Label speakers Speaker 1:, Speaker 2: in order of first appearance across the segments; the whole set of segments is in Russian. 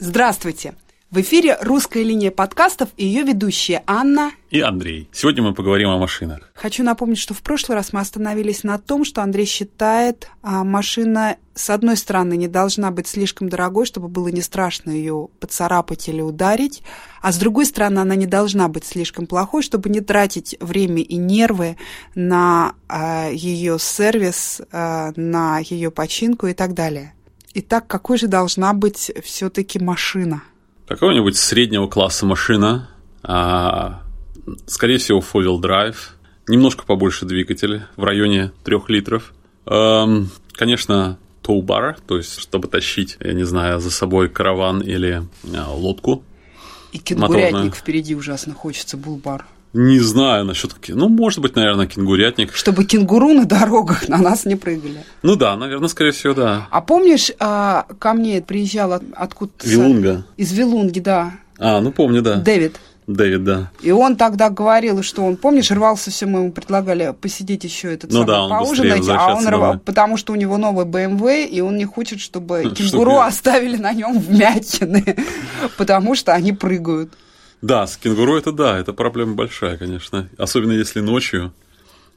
Speaker 1: Здравствуйте! В эфире «Русская линия подкастов» и ее ведущие Анна.
Speaker 2: И Андрей. Сегодня мы поговорим о машинах.
Speaker 1: Хочу напомнить, что в прошлый раз мы остановились на том, что Андрей считает, а, машина, с одной стороны, не должна быть слишком дорогой, чтобы было не страшно ее поцарапать или ударить, а с другой стороны, она не должна быть слишком плохой, чтобы не тратить время и нервы на а, ее сервис, а, на ее починку и так далее. Итак, какой же должна быть все-таки машина?
Speaker 2: Какого-нибудь среднего класса машина, а, скорее всего, four-wheel drive, немножко побольше двигателя, в районе 3 литров. Эм, конечно, tow-bar, то есть, чтобы тащить, я не знаю, за собой караван или э, лодку.
Speaker 1: И
Speaker 2: кенгурятник
Speaker 1: кенгурятник
Speaker 2: Моторная.
Speaker 1: впереди ужасно хочется, булбар.
Speaker 2: Не знаю насчет... ки- Ну, может быть, наверное, кенгурятник.
Speaker 1: Чтобы кенгуру на дорогах на нас не прыгали.
Speaker 2: Ну да, наверное, скорее всего, да.
Speaker 1: А помнишь, а, ко мне приезжал от- откуда-то... с-
Speaker 2: Вилунга.
Speaker 1: Из Вилунги, да.
Speaker 2: А, ну помню, да.
Speaker 1: Дэвид.
Speaker 2: Дэвид, да.
Speaker 1: И он тогда говорил, что он, помнишь, рвался все, мы ему предлагали посидеть еще этот
Speaker 2: Ну
Speaker 1: самый,
Speaker 2: да, он быстрее
Speaker 1: поужинать, а он
Speaker 2: возвращаться
Speaker 1: рвал,
Speaker 2: домой.
Speaker 1: потому что у него новый BMW, и он не хочет, чтобы
Speaker 2: Чтобы
Speaker 1: кенгуру
Speaker 2: я-
Speaker 1: оставили на нем вмятины, потому что они прыгают.
Speaker 2: Да, с кенгуру это да, это проблема большая, конечно. Особенно если ночью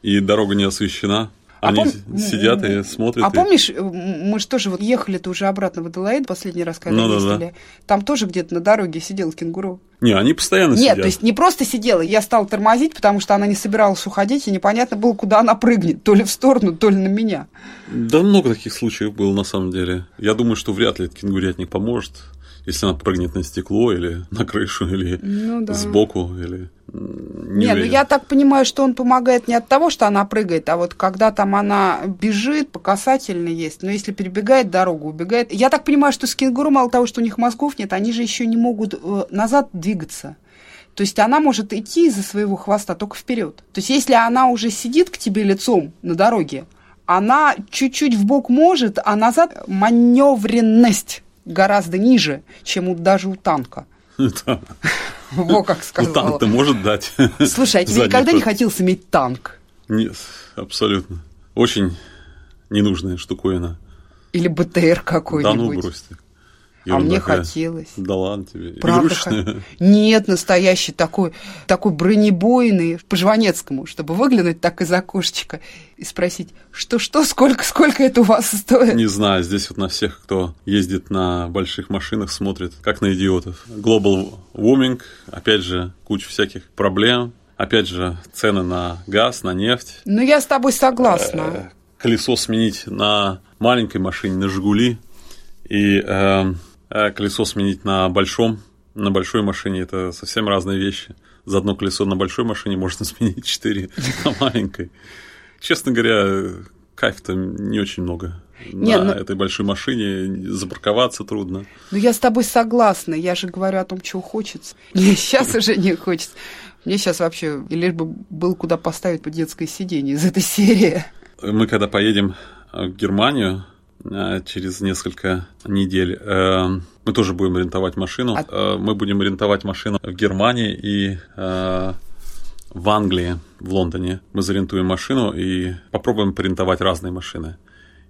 Speaker 2: и дорога не освещена.
Speaker 1: А
Speaker 2: Они
Speaker 1: пом-
Speaker 2: с- сидят и смотрят.
Speaker 1: А
Speaker 2: и-
Speaker 1: помнишь, э, м- мы же тоже вот ехали-то уже обратно в Аделаид последний раз, когда
Speaker 2: Ну да, да.
Speaker 1: ездили, там тоже где-то на дороге сидел кенгуру.
Speaker 2: Не, они постоянно
Speaker 1: Нет,
Speaker 2: сидят.
Speaker 1: то есть не просто сидела, я стала тормозить, потому что она не собиралась уходить, и непонятно было, куда она прыгнет, то ли в сторону, то ли на меня.
Speaker 2: Да много таких случаев было на самом деле. Я думаю, что вряд ли этот кенгурятник поможет, если она прыгнет на стекло или на крышу, или
Speaker 1: Ну да.
Speaker 2: сбоку, или... м,
Speaker 1: Не,
Speaker 2: Не,
Speaker 1: ну
Speaker 2: уверен.
Speaker 1: я так понимаю, что он помогает не от того, что она прыгает, а вот когда там она бежит, по касательной есть, но если перебегает дорогу, убегает. Я так понимаю, что с кенгуру мало того, что у них мозгов нет, они же еще не могут э, назад двигаться. То есть она может идти из-за своего хвоста только вперед. То есть если она уже сидит к тебе лицом на дороге, она чуть-чуть в бок может, а назад маневренность гораздо ниже, чем у, даже у танка.
Speaker 2: Ну Да.
Speaker 1: Во как
Speaker 2: Ну,
Speaker 1: сказала.
Speaker 2: танк-то может дать.
Speaker 1: Слушай, а тебе
Speaker 2: задний
Speaker 1: никогда не
Speaker 2: ход.
Speaker 1: хотелось иметь танк?
Speaker 2: Нет, абсолютно. Очень ненужная штуковина.
Speaker 1: Или БТР
Speaker 2: Да ну,
Speaker 1: какой-нибудь?
Speaker 2: брось ты.
Speaker 1: а
Speaker 2: Ерунда
Speaker 1: мне
Speaker 2: какая.
Speaker 1: хотелось.
Speaker 2: Да ладно тебе.
Speaker 1: Правда,
Speaker 2: Игрушечная.
Speaker 1: хо- Нет, настоящий такой, такой бронебойный, по Жванецкому, чтобы выглянуть так из окошечка и спросить, что-что, сколько-сколько это у вас стоит?
Speaker 2: Не знаю, здесь вот на всех, кто ездит на больших машинах, смотрит, как на идиотов. Global warming, опять же, куча всяких проблем. Опять же, цены на газ, на нефть.
Speaker 1: Ну, я с тобой
Speaker 2: Э,
Speaker 1: согласна.
Speaker 2: Колесо сменить на маленькой машине, на «Жигули». И э, э, колесо сменить на большом, на большой машине – это совсем разные вещи. За одно колесо на большой машине можно сменить четыре на маленькой. Честно говоря, э, кайф-то не очень много.
Speaker 1: Не,
Speaker 2: на
Speaker 1: ну-
Speaker 2: этой большой машине запарковаться трудно.
Speaker 1: Ну, я с тобой согласна, я же говорю о том, чего хочется. Мне сейчас уже не хочется. Мне сейчас вообще, и лишь бы был куда поставить по детское сиденье из этой серии.
Speaker 2: Мы когда поедем э, в Германию э, через несколько недель, э, мы тоже будем рентовать машину.
Speaker 1: А-
Speaker 2: Э, Мы будем рентовать машину в Германии и э, в Англии, в Лондоне. Мы зарентуем машину и попробуем порентовать разные машины.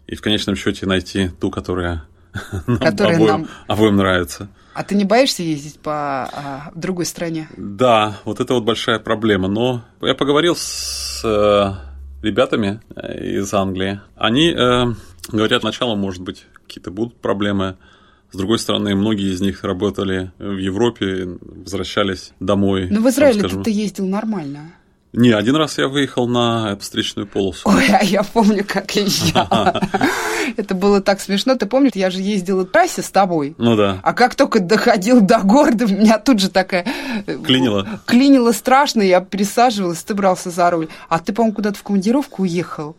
Speaker 2: И в конечном счете найти ту, которая нам,
Speaker 1: Которая
Speaker 2: обоим,
Speaker 1: нам-
Speaker 2: обоим нравится.
Speaker 1: А ты не боишься ездить по а, другой стране?
Speaker 2: Да, вот это вот большая проблема. Но я поговорил с э, ребятами э, из Англии. Они э, говорят, сначала, может быть, какие-то будут проблемы. С другой стороны, многие из них работали в Европе, возвращались домой.
Speaker 1: Ну, в
Speaker 2: так
Speaker 1: Израиле
Speaker 2: скажем.
Speaker 1: ты ездил нормально.
Speaker 2: Не, один раз я выехал на встречную полосу.
Speaker 1: Ой, а я помню, как езжала. Это было так смешно. Ты помнишь, я же ездила в трассе с тобой.
Speaker 2: Ну да.
Speaker 1: А как только доходил до города, у меня тут же такая... э,
Speaker 2: Клинило.
Speaker 1: Клинило страшно, я пересаживалась, ты брался за руль. А ты, по-моему, куда-то в командировку уехал.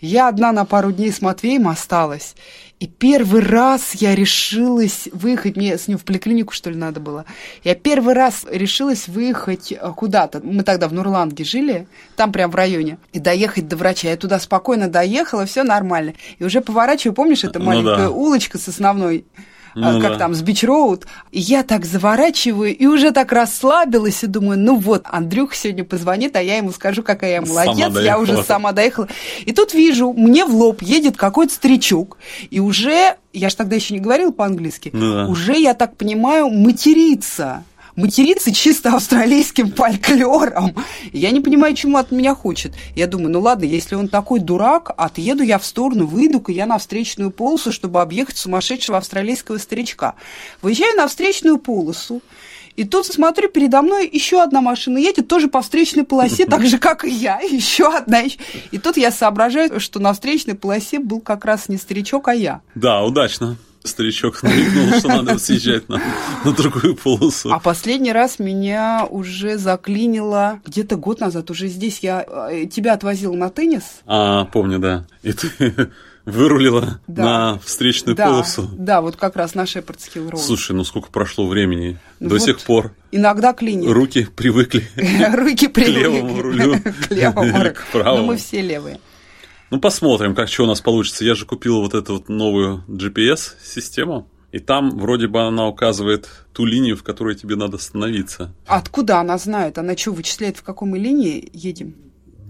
Speaker 1: Я одна на пару дней с Матвеем осталась. И первый раз я решилась выехать, мне с ним в поликлинику, что ли, надо было. Я первый раз решилась выехать э, куда-то. Мы тогда в Нурланге жили, там прям в районе. И доехать до врача. Я туда спокойно доехала, все нормально. И уже поворачиваю, помнишь, это
Speaker 2: Ну
Speaker 1: маленькая
Speaker 2: да.
Speaker 1: улочка с основной а,
Speaker 2: Ну
Speaker 1: как
Speaker 2: да.
Speaker 1: там, с Бич-Роуд. И я так заворачиваю и уже так расслабилась и думаю, ну вот, Андрюх сегодня позвонит, а я ему скажу, какая я
Speaker 2: Сама
Speaker 1: молодец, я
Speaker 2: доехала.
Speaker 1: уже сама доехала. И тут вижу, мне в лоб едет какой-то старичок, и уже, я же тогда еще не говорила по-английски,
Speaker 2: Ну да.
Speaker 1: уже, я так понимаю, матерится. Матерится чисто австралийским фольклором. Я не понимаю, чему от меня хочет. Я думаю, ну ладно, если он такой дурак, отъеду я в сторону, выйду-ка я на встречную полосу, чтобы объехать сумасшедшего австралийского старичка. Выезжаю на встречную полосу, и тут смотрю, передо мной еще одна машина едет, тоже по встречной полосе, так же, как и я, еще одна. И тут я соображаю, что на встречной полосе был как раз не старичок, а я.
Speaker 2: Да, удачно. Старичок намекнул, что надо съезжать на, на другую полосу.
Speaker 1: А последний раз меня уже заклинило где-то год назад, уже здесь я э, тебя отвозила на теннис.
Speaker 2: А, помню, да. И ты вырулила
Speaker 1: Да.
Speaker 2: на встречную
Speaker 1: да, Ну.
Speaker 2: полосу.
Speaker 1: да, вот как раз на Шепардс Хилл Роуд.
Speaker 2: Слушай, ну сколько прошло времени? До
Speaker 1: Ну Вот
Speaker 2: сих пор
Speaker 1: Иногда клинит.
Speaker 2: руки привыкли.
Speaker 1: Руки привыкли.
Speaker 2: левому рулю.
Speaker 1: К левому.
Speaker 2: Или к правому.
Speaker 1: Ну, мы все левые.
Speaker 2: Ну, посмотрим, как что у нас получится. Я же купил вот эту вот новую GPS-систему, и там вроде бы она указывает ту линию, в которой тебе надо становиться.
Speaker 1: Откуда она знает? Она что, вычисляет, в какой мы линии едем?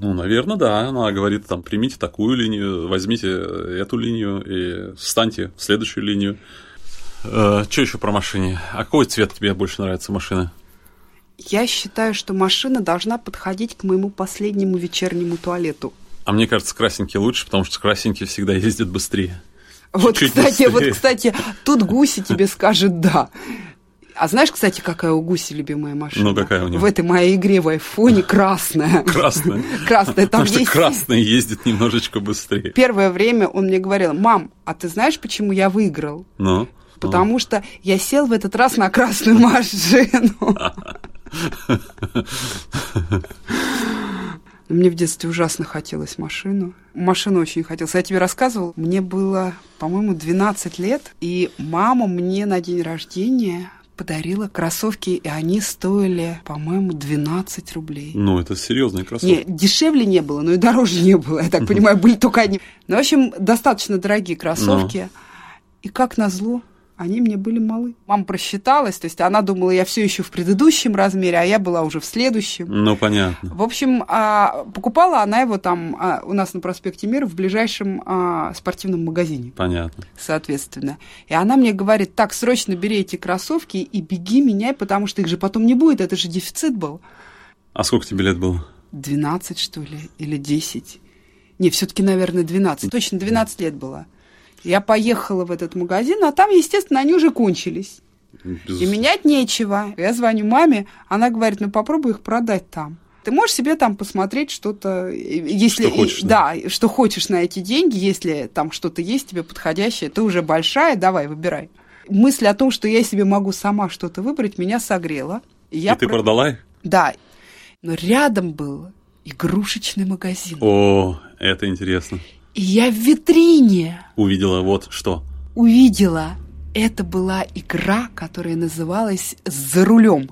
Speaker 2: Ну, наверное, да. Она говорит, там, примите такую линию, возьмите эту линию и встаньте в следующую линию. что еще Э, про машине? А какой цвет тебе больше нравится машины?
Speaker 1: Я считаю, что машина должна подходить к моему последнему вечернему туалету.
Speaker 2: А мне кажется, красненький лучше, потому что красненький всегда ездит быстрее.
Speaker 1: Вот,
Speaker 2: Чуть
Speaker 1: кстати, вот,
Speaker 2: быстрее.
Speaker 1: кстати, тут гуси тебе скажет да. А знаешь, кстати, какая у гуси любимая машина?
Speaker 2: Ну, какая у него?
Speaker 1: В этой моей игре в айфоне красная.
Speaker 2: Красный.
Speaker 1: Красная, там
Speaker 2: Потому что
Speaker 1: есть...
Speaker 2: красный ездит немножечко быстрее.
Speaker 1: Первое время он мне говорил, мам, а ты знаешь, почему я выиграл?
Speaker 2: Ну,
Speaker 1: Потому что я сел в этот раз на красную машину. Мне в детстве ужасно хотелось машину. Машину очень хотелось. Я тебе рассказывал, мне было, по-моему, 12 лет, и мама мне на день рождения подарила кроссовки, и они стоили, по-моему, 12 рублей.
Speaker 2: ну, это серьезный
Speaker 1: Не,
Speaker 2: кроссовки.
Speaker 1: дешевле не было, но и дороже не было, я так понимаю, были только одни. Ну, в общем, достаточно дорогие кроссовки. И как назло, они мне были малы. Мама просчиталась, то есть она думала, я все еще в предыдущем размере, а я была уже в следующем.
Speaker 2: Ну, понятно.
Speaker 1: В общем, а, покупала она его там а, у нас на проспекте Мира в ближайшем а, спортивном магазине,
Speaker 2: Понятно.
Speaker 1: соответственно. И она мне говорит, так, срочно бери эти кроссовки и беги меняй, потому что их же потом не будет, это же дефицит был.
Speaker 2: А сколько тебе лет было?
Speaker 1: 12, что ли, или 10. Не, все-таки, наверное, 12. Точно 12 лет было. Я поехала в этот магазин, а там, естественно, они уже кончились.
Speaker 2: Без-
Speaker 1: И менять нечего. Я звоню маме, она говорит, ну попробуй их продать там. Ты можешь себе там посмотреть что-то, э, если
Speaker 2: Что хочешь,
Speaker 1: да, что хочешь на эти деньги, если там что-то есть тебе подходящее, ты уже большая, давай выбирай. Мысль о том, что я себе могу сама что-то выбрать, меня согрела. Я
Speaker 2: И ты
Speaker 1: про-
Speaker 2: продала их?
Speaker 1: да. Но рядом был игрушечный магазин.
Speaker 2: О, это интересно.
Speaker 1: И я в витрине
Speaker 2: Увидела вот что.
Speaker 1: увидела. Это была игра, которая называлась «За рулем».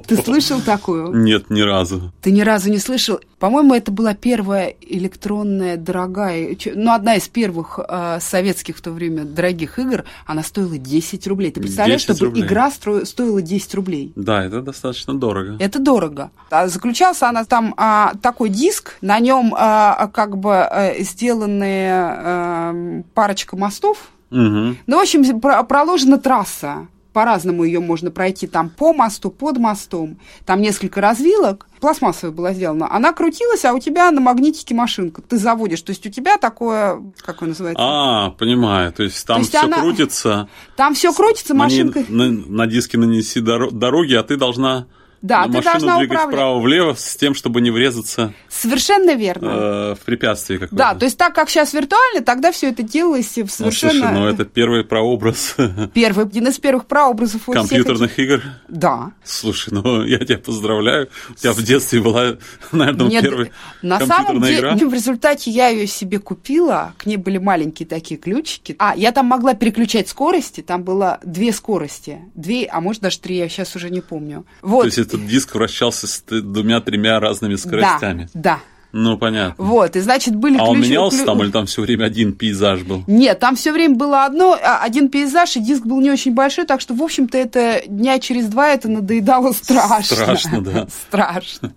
Speaker 1: Ты слышал такую?
Speaker 2: Нет, ни разу.
Speaker 1: Ты ни разу не слышал? По-моему, это была первая электронная дорогая, чё- ну, одна из первых э, советских в то время дорогих игр. Она стоила 10 рублей. Ты представляешь,
Speaker 2: 10
Speaker 1: чтобы
Speaker 2: рублей.
Speaker 1: игра стро- стоила 10 рублей?
Speaker 2: Да, это достаточно дорого.
Speaker 1: Это дорого. А Заключался она там а, такой диск, на нем как бы э, сделаны эм, парочка мостов.
Speaker 2: Мгм.
Speaker 1: Ну, в общем, про- проложена трасса. По-разному ее можно пройти там по мосту, под мостом. Там несколько развилок. Пластмассовая была сделана. Она крутилась, а у тебя на магнитике машинка. Ты заводишь. То есть у тебя такое, как он называется?
Speaker 2: А, понимаю. То есть
Speaker 1: То
Speaker 2: там
Speaker 1: есть
Speaker 2: все
Speaker 1: она-
Speaker 2: крутится.
Speaker 1: Там все крутится,
Speaker 2: на ней-
Speaker 1: машинка.
Speaker 2: На, на диске нанеси доро- дороги, а ты должна
Speaker 1: Да, ты
Speaker 2: машину
Speaker 1: должна
Speaker 2: двигать
Speaker 1: управлять.
Speaker 2: вправо-влево с тем, чтобы не врезаться
Speaker 1: Совершенно верно.
Speaker 2: э, в препятствие какое-то.
Speaker 1: Да, то есть так как сейчас виртуально, тогда все это делалось в
Speaker 2: Ну,
Speaker 1: совершенно...
Speaker 2: слушай, ну это первый прообраз
Speaker 1: Первый, один из первых прообразов у
Speaker 2: компьютерных игр.
Speaker 1: всех. этих- Да.
Speaker 2: Слушай, ну я тебя поздравляю. У тебя в детстве была, наверное,
Speaker 1: Мне д-
Speaker 2: первая
Speaker 1: на самом
Speaker 2: Ну, компьютерная
Speaker 1: деле,
Speaker 2: игра.
Speaker 1: ну, в результате я ее себе купила. К ней были маленькие такие ключики. А, я там могла переключать скорости. Там было две скорости. Две, а может даже три, я сейчас уже не помню. Вот.
Speaker 2: То есть этот диск вращался с т- двумя-тремя разными скоростями.
Speaker 1: Да, да.
Speaker 2: Ну, понятно.
Speaker 1: Вот, и значит были
Speaker 2: А он
Speaker 1: ключ-
Speaker 2: менялся
Speaker 1: клю-
Speaker 2: там или там все время один пейзаж был?
Speaker 1: Нет, там все время было одно, а, один пейзаж, и диск был не очень большой, так что, в общем-то, это дня через два это надоедало страшно.
Speaker 2: Страшно, да.
Speaker 1: Страшно.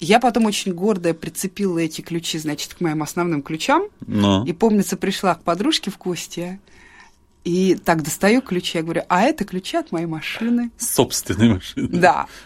Speaker 1: Я потом очень гордо прицепила эти ключи, значит, к моим основным ключам.
Speaker 2: Но.
Speaker 1: И, помнится, пришла к подружке в гости. И так достаю «А ключи, я говорю, а это ключи от моей машины.
Speaker 2: Собственной машины.
Speaker 1: Да.